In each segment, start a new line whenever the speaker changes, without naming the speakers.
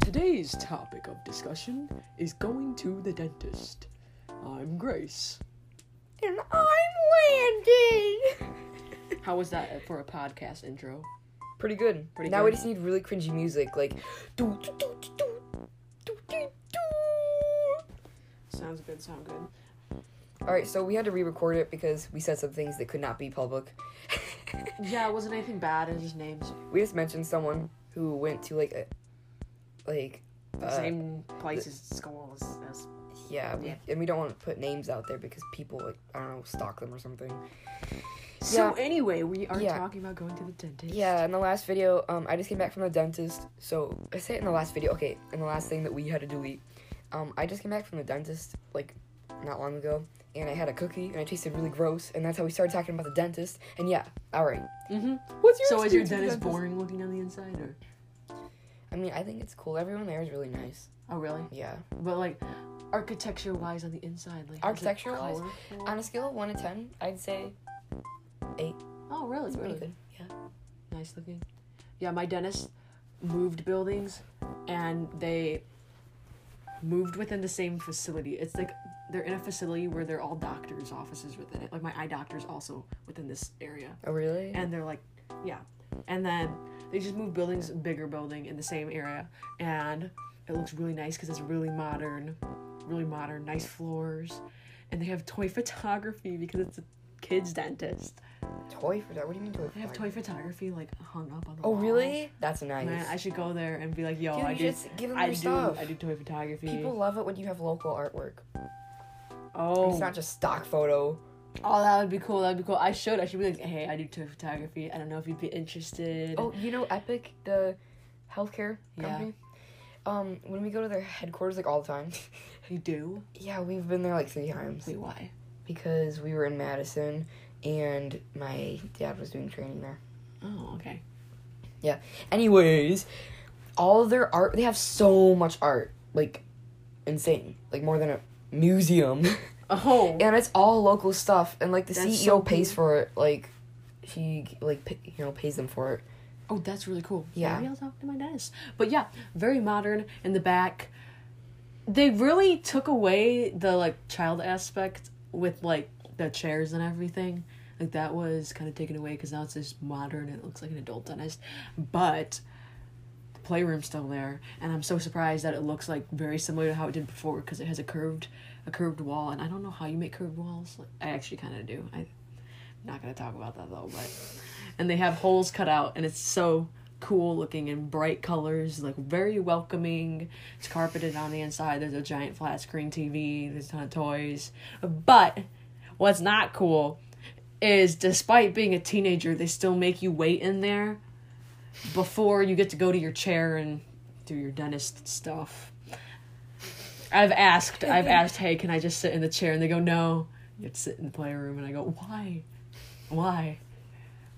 Today's topic of discussion is going to the dentist. I'm Grace.
And I'm landing.
How was that for a podcast intro?
Pretty good.
Pretty
now
good.
we just need really cringy music, like. doo, doo, doo, doo, doo, doo, doo, doo.
Sounds good, sound good.
All right, so we had to re-record it because we said some things that could not be public.
Yeah, it wasn't anything bad, it was just names.
we just mentioned someone who went to like a, like, uh,
Same places, schools as.
yeah, we,
yeah.
and we don't want to put names out there because people like I don't know stalk them or something.
So,
Yeah.
anyway, we are
Yeah.
talking about going to the dentist.
Yeah, in the last video, um, I just came back from the dentist. So I say it in the last video. Okay, in the last thing that we had to delete, um, I just came back from the dentist like not long ago, and I had a cookie, and it tasted really gross, and that's how we started talking about the dentist. And yeah, all right.
hmm
What's your
So, is your
experience with the
dentist boring looking on the inside? Or?
I mean, I think it's cool. Everyone there is really nice.
Oh, really?
Yeah.
But, like, architecture wise on the inside? like is it
Architecture-wise?
colorful?
On a scale of one to ten, I'd say
Oh, really?
it's pretty
really?
good. Yeah.
nice looking. Yeah, my dentist moved buildings and they moved within the same facility. It's like they're in a facility where they're all doctors' offices within it. Like my eye doctor's also within this area.
Oh really?
And they're like, yeah. And then they just moved buildings, bigger building in the same area. And it looks really nice because it's really modern, really modern, nice floors. And they have toy photography because it's a kid's dentist.
toy for that? What do you mean toy?
They have
for-
toy photography like hung up on the
Oh
wall.
really? That's nice.
Man, I should go there and be like, yo,
Dude,
I
you
do,
just give them
I
your
do,
stuff.
I do toy photography.
People love it when you have local artwork.
oh,
It's not just stock photo.
oh, that would be cool. That would be cool. I should. I should be like, hey, I do toy photography. I don't know if you'd be interested.
Oh, you know Epic, the healthcare
Yeah.
company. Um, when we go to their headquarters like all the time.
you do?
yeah, we've been there like three times
Wait, why?
because we were in Madison and my dad was doing training there.
Oh, okay.
Anyways, all their art they have so much art like insane like more than a museum
Oh,
and it's all local stuff and like the
That's
CEO
so
pays
cool.
for it like she like pa you know pays them for it
oh, that's really cool.
Yeah.
Maybe I'll talk to my dentist. But yeah, very modern in the back. They really took away the like child aspect with like the chairs and everything. Like that was kind of taken away because now it's just modern. It looks like an adult dentist, but the playroom's still there, and I'm so surprised that it looks like very similar to how it did before because it has a curved, a curved wall, and I don't know how you make curved walls. Like, I actually kind of do. I, I'm not gonna talk about that though, but and they have holes cut out, and it's so cool looking in bright colors, like very welcoming. It's carpeted on the inside. There's a giant flat screen TV. There's a ton of toys, but what's not cool is despite being a teenager, they still make you wait in there before you get to go to your chair and do your dentist stuff. I've asked, I've asked, hey, can I just sit in the chair? And they go, no, you have to sit in the playroom. And I go, why? Why?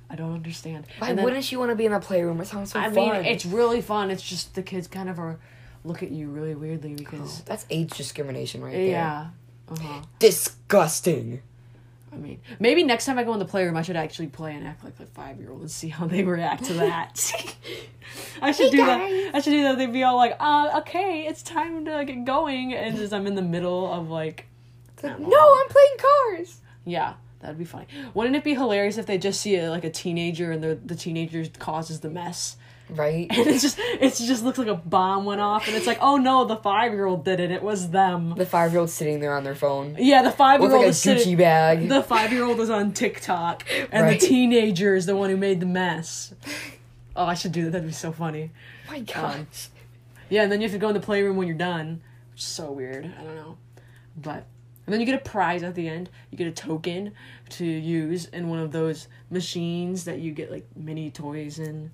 I don't understand.
why
And then-
wouldn't she want to be in the playroom it sounds so
I
fun
mean, it's really fun. It's just the kids kind of are look at you really
Oh,
weirdly because
That's age discrimination right there.
yeah. Uh-huh.
Disgusting.
I mean, maybe next time I go in the playroom, I should actually play and act like a five year old and see how they react to that. I should
Hey,
do
guys.
that. I should do that. They'd be all like, uh, okay, it's time to get going. And just I'm in the middle of like,
It's like, no, I'm playing cars.
yeah, that'd be funny. Wouldn't it be hilarious if they just see a, like a teenager and the, the teenager causes the mess?
Right?
And it's just, it just looks like a bomb went off and it's like, oh no, the five year old did it. It was them.
the five year old sitting there on their phone
Yeah, the five year
with like
old
a
is sitting.
Gucci bag. Oh
The five year old is on TikTok, and
Right.
the teenager is the one who made the mess. Oh, I should do that. That'd be so funny.
my gosh.
Yeah, and then you have to go in the playroom when you're done, which is so weird. I don't know. But. And then you get a prize at the end. You get a token to use in one of those machines that you get like mini toys in.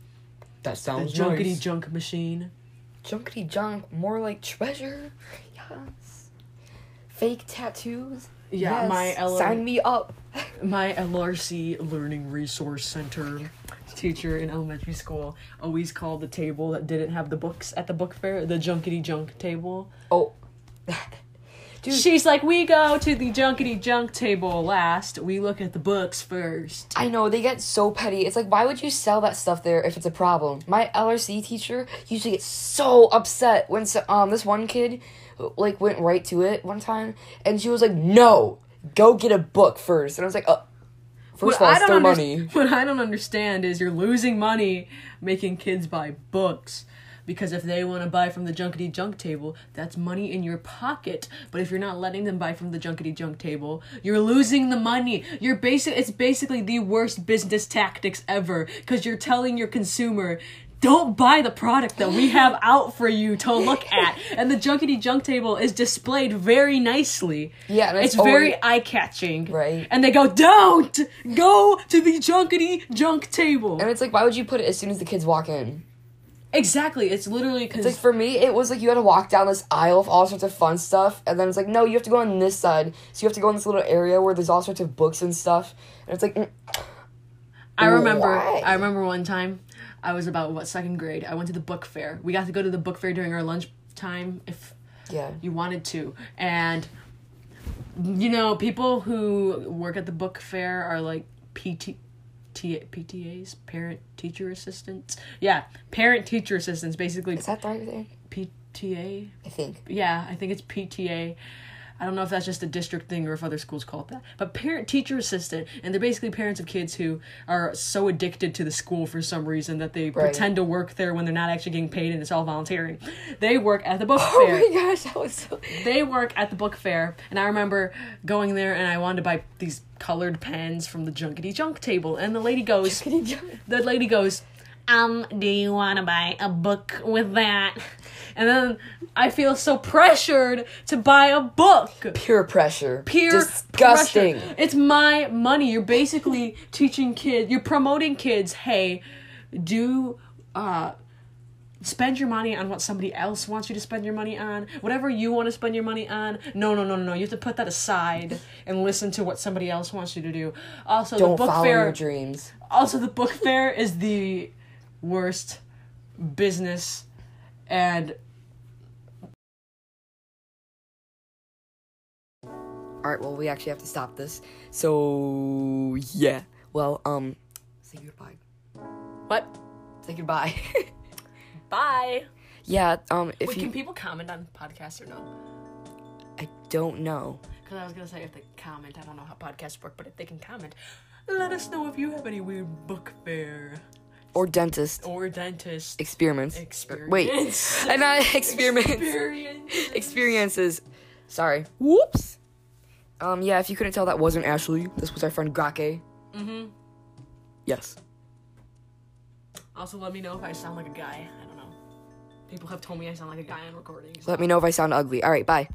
that
The
sounds
junkety
nice.
junk machine.
Junkety junk, more like treasure. Yes. Fake tattoos.
Yeah,
Yes.
my LR,
Sign me up.
my LRC Learning Resource Center teacher in elementary school always called the table that didn't have the books at the book fair the junkety junk table.
Oh. Dude.
She's like, we go to the junkety junk table last. We look at the books first.
I know they get so petty. It's like why would you sell that stuff there if it's a problem? My LRC teacher used to get so upset when so, um this one kid like went right to it one time and she was like, "No, go get a book first. And I was like, "Uh, first of all, it's their
under-
money."
What I don't understand is you're losing money making kids buy books. Because if they want to buy from the junkety junk table, that's money in your pocket. But if you're not letting them buy from the junkety junk table, you're losing the money. You're basic. It's basically the worst business tactics ever. Because you're telling your consumer, don't buy the product that we have out for you to look at. And the junkety junk table is displayed very nicely.
Yeah, and
it's
it's
very
always-
eye catching.
Right.
And they go, don't go to the junkety junk table.
And it's like, why would you put it as soon as the kids walk in?
Exactly. It's literally because.
It's like for me, it was like you had to walk down this aisle of all sorts of fun stuff, and then it's like, no, you have to go on this side. So you have to go in this little area where there's all sorts of books and stuff, and it's like, mm,
I remember.
Why?
I remember one time, I was about what second grade. I went to the book fair. We got to go to the book fair during our lunch time. If
yeah,
you wanted to. And you know, people who work at the book fair are like PT T- PTAs, parent teacher assistants. Yeah, parent teacher assistants basically
is that the right thing?
PTA.
I think.
Yeah, I think it's PTA. I don't know if that's just a district thing or if other schools call it that. But parent teacher assistant, and they're basically parents of kids who are so addicted to the school for some reason that they pretend to work there when they're not actually getting paid and it's all volunteering. They work at the book
Oh
fair
my gosh, that was so.
they work at the book fair, and I remember going there and I wanted to buy these colored pens from the junkety junk table, and the lady goes,
Can you do-
the lady goes, um, do you want to buy a book with that? And then I feel so pressured to buy a book.
Peer pressure.
Peer
Disgusting.
pressure. It's my money. You're basically teaching kids. You're promoting kids. Hey, do uh spend your money on what somebody else wants you to spend your money on. Whatever you want to spend your money on, no, no, no, no, no. You have to put that aside and listen to what somebody else wants you to do. Also,
Don't
the book
follow
fair.
your dreams.
Also, the book fair is the worst business and
All right, well, we actually have to stop this. So yeah. Well, um, say goodbye.
what?
Say goodbye.
Bye.
yeah. Um, if
Wait,
you,
can people comment on podcasts or no?
I don't know.
Because I was gonna say if they comment, I don't know how podcasts work, but if they can comment, let us know if you have any weird book fair
Or dentist
or dentist
experiments.
experience.
Wait, and not experiments.
experience.
experiences. Sorry. Whoops. Um, yeah, if you couldn't tell, that wasn't Ashley. This was our friend Grake.
hmm
Mm-hmm. Yes.
Also, let me know if I sound like a guy. I don't know. People have told me I sound like a guy on recordings.
Let me know if I sound ugly. All right, bye.